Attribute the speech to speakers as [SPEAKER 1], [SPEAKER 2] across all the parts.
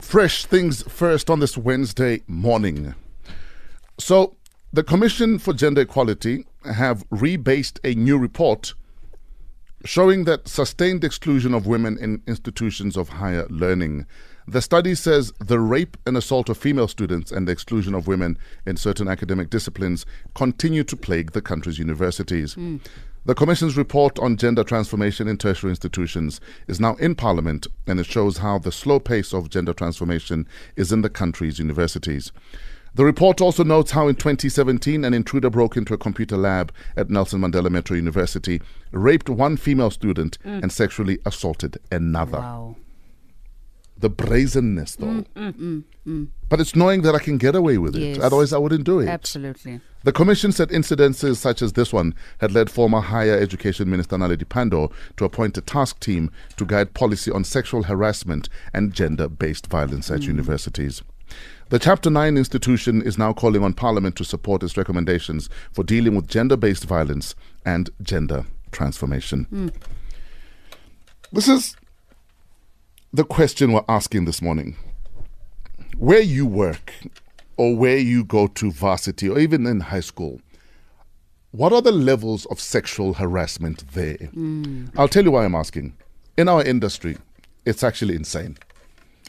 [SPEAKER 1] Fresh things first on this Wednesday morning. So, the Commission for Gender Equality have rebased a new report showing that sustained exclusion of women in institutions of higher learning. The study says the rape and assault of female students and the exclusion of women in certain academic disciplines continue to plague the country's universities. The Commission's report on gender transformation in tertiary institutions is now in Parliament and it shows how the slow pace of gender transformation is in the country's universities. The report also notes how in 2017 an intruder broke into a computer lab at Nelson Mandela Metro University, raped one female student, and sexually assaulted another.
[SPEAKER 2] Mm. Wow. Mm,
[SPEAKER 1] The brazenness, though. But it's knowing that I can get away with
[SPEAKER 2] Yes.
[SPEAKER 1] it, otherwise, I wouldn't do it.
[SPEAKER 2] Absolutely.
[SPEAKER 1] The commission said incidences such as this one had led former Higher Education Minister Naledi Pandor to appoint a task team to guide policy on sexual harassment and gender based violence at universities. The Chapter 9 institution is now calling on Parliament to support its recommendations for dealing with gender based violence and gender transformation. This is the question we're asking this morning where you work or where you go to varsity or even in high school, what are the levels of sexual harassment there? I'll tell you why I'm asking. In our industry, it's actually insane.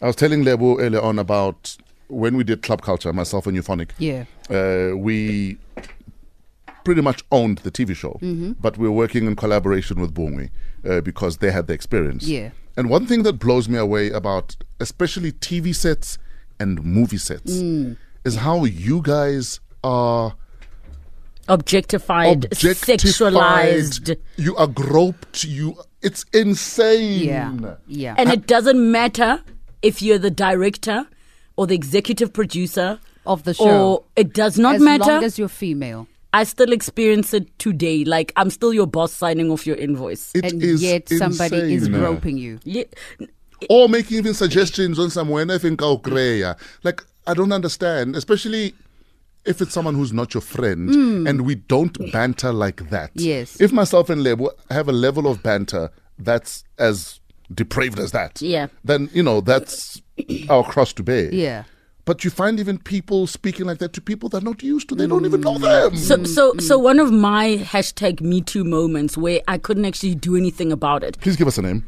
[SPEAKER 1] I was telling Lebo earlier on about when we did club culture, myself and Euphonic,
[SPEAKER 2] Yeah.
[SPEAKER 1] uh, we pretty much owned the TV show,
[SPEAKER 2] Mm-hmm.
[SPEAKER 1] but we were working in collaboration with Bongwe uh, because they had the experience.
[SPEAKER 2] Yeah.
[SPEAKER 1] And one thing that blows me away about especially TV sets and movie sets
[SPEAKER 2] Mm.
[SPEAKER 1] is how you guys are
[SPEAKER 3] Objectified,
[SPEAKER 1] objectified.
[SPEAKER 3] sexualized.
[SPEAKER 1] You are groped. You. It's insane.
[SPEAKER 2] Yeah. Yeah.
[SPEAKER 3] And it doesn't matter if you're the director or the executive producer
[SPEAKER 2] Of the
[SPEAKER 3] Or
[SPEAKER 2] show.
[SPEAKER 3] it does not
[SPEAKER 2] as
[SPEAKER 3] matter.
[SPEAKER 2] long as you're female.
[SPEAKER 3] I still experience it today. Like I'm still your boss signing off your invoice.
[SPEAKER 1] It
[SPEAKER 2] and
[SPEAKER 1] is
[SPEAKER 2] yet somebody is
[SPEAKER 1] insane.
[SPEAKER 2] groping you.
[SPEAKER 3] Yeah.
[SPEAKER 1] or making even suggestions on someone I think I'll greya. Like I don't understand, especially if it's someone who's not your friend
[SPEAKER 3] Hmm.
[SPEAKER 1] and we don't banter like that.
[SPEAKER 2] Yes.
[SPEAKER 1] If myself and Lebo have a level of banter that's as depraved as that.
[SPEAKER 3] Yeah.
[SPEAKER 1] Then, you know, that's our cross to bear.
[SPEAKER 2] Yeah.
[SPEAKER 1] But you find even people speaking like that to people they're not used to. They don't even know them.
[SPEAKER 3] Hmm.
[SPEAKER 2] Mm,
[SPEAKER 3] So, so, so one of my hashtag Me Too moments where I couldn't actually do anything about it.
[SPEAKER 1] Please give us a name.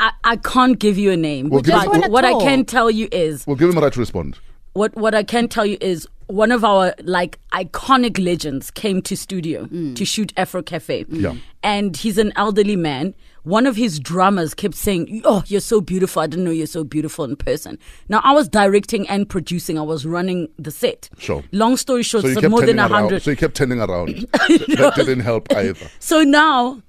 [SPEAKER 3] I, I can't give you a name.
[SPEAKER 1] Well, give us-
[SPEAKER 3] but
[SPEAKER 2] Just
[SPEAKER 3] what I
[SPEAKER 2] one at all.
[SPEAKER 3] can tell you is
[SPEAKER 1] We'll give him a right to respond.
[SPEAKER 3] what what I can tell you is one of our like iconic legends came to studio to shoot Afro Cafe.
[SPEAKER 1] Yeah.
[SPEAKER 3] And he's an elderly man. One of his drummers kept saying, "Oh, you're so beautiful. I didn't know you're so beautiful in person." Now I was directing and producing. I was running the set.
[SPEAKER 1] Sure.
[SPEAKER 3] Long story short,
[SPEAKER 1] So you
[SPEAKER 3] so
[SPEAKER 1] kept
[SPEAKER 3] more
[SPEAKER 1] turning
[SPEAKER 3] than
[SPEAKER 1] around.
[SPEAKER 3] hundred.
[SPEAKER 1] So you kept turning around. that didn't help either.
[SPEAKER 3] So now,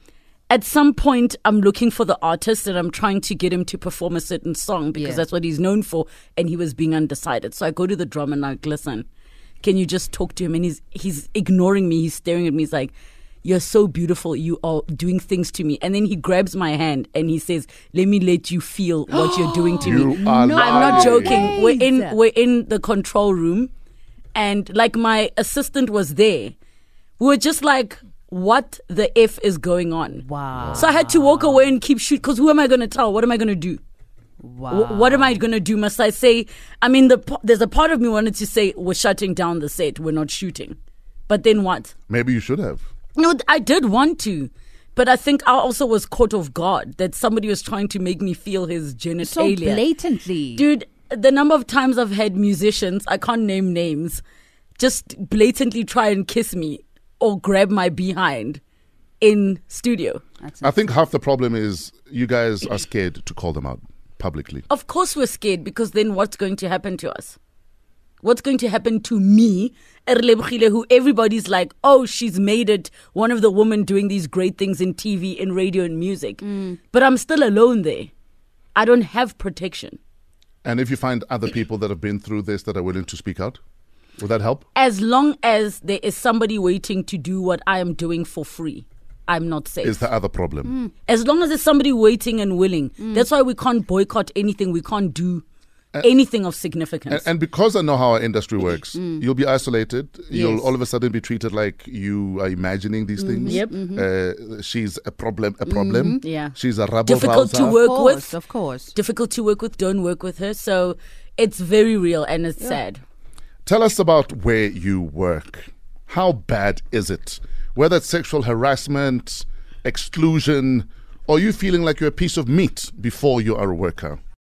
[SPEAKER 3] at some point, I'm looking for the artist and I'm trying to get him to perform a certain song because
[SPEAKER 2] Yeah.
[SPEAKER 3] that's what he's known for. And he was being undecided. So I go to the drummer and I'm like, listen, can you just talk to him? And he's he's ignoring me. He's staring at me. He's like, you're so beautiful. You are doing things to me. And then he grabs my hand and he says, let me let you feel what you're doing to me.
[SPEAKER 1] You are
[SPEAKER 3] I'm not
[SPEAKER 1] lying.
[SPEAKER 3] joking. We're in
[SPEAKER 2] Ways.
[SPEAKER 3] we're in the control room, and like my assistant was there. We were just like, what the f is going on?
[SPEAKER 2] Wow.
[SPEAKER 3] So I had to walk away and keep shoot because who am I going to tell? What am I going to do?
[SPEAKER 2] Wow.
[SPEAKER 3] Wh- What am I going to do? Must I say? I mean, the p- there's a part of me wanted to say we're shutting down the set. We're not shooting, but then what?
[SPEAKER 1] Maybe you should have.
[SPEAKER 3] No, th- I did want to. But I think I also was caught off guard that somebody was trying to make me feel his genitalia
[SPEAKER 2] so blatantly.
[SPEAKER 3] dude the number of times i've had musicians i can't name names just blatantly try and kiss me or grab my behind in studio
[SPEAKER 2] That's
[SPEAKER 1] I think half the problem is you guys are scared to call them out publicly.
[SPEAKER 3] of course we're scared because then what's going to happen to us what's going to happen to me Erlebogile, who everybody's like oh she's made it one of the women doing these great things in tv in radio and music but i'm still alone there i don't have protection
[SPEAKER 1] And if you find other people that have been through this that are willing to speak out, would that help?
[SPEAKER 3] as long as there is somebody waiting to do what I am doing for free, I'm not safe.
[SPEAKER 1] Is the other
[SPEAKER 3] Mm,
[SPEAKER 1] problem.
[SPEAKER 3] as long as there's somebody waiting and willing, that's why we can't boycott anything. We can't do anything of significance.
[SPEAKER 1] And, and because I know how our industry works, you'll be isolated. You'll
[SPEAKER 3] Mm. Yes. Mm-hmm.
[SPEAKER 1] all of a sudden be treated like you are imagining these things.
[SPEAKER 3] Yep. Mm-hmm.
[SPEAKER 1] Uh, she's a problem. A problem.
[SPEAKER 3] Yeah.
[SPEAKER 1] She's a rabble
[SPEAKER 3] Difficult to
[SPEAKER 1] rouser.
[SPEAKER 2] Of
[SPEAKER 3] work
[SPEAKER 2] course,
[SPEAKER 3] with,
[SPEAKER 2] of course.
[SPEAKER 3] difficult to work with, don't work with her. So it's very real and it's sad.
[SPEAKER 1] Tell us about where you work. How bad is it? Whether it's sexual harassment, exclusion, or you feeling like you're a piece of meat before you are a worker.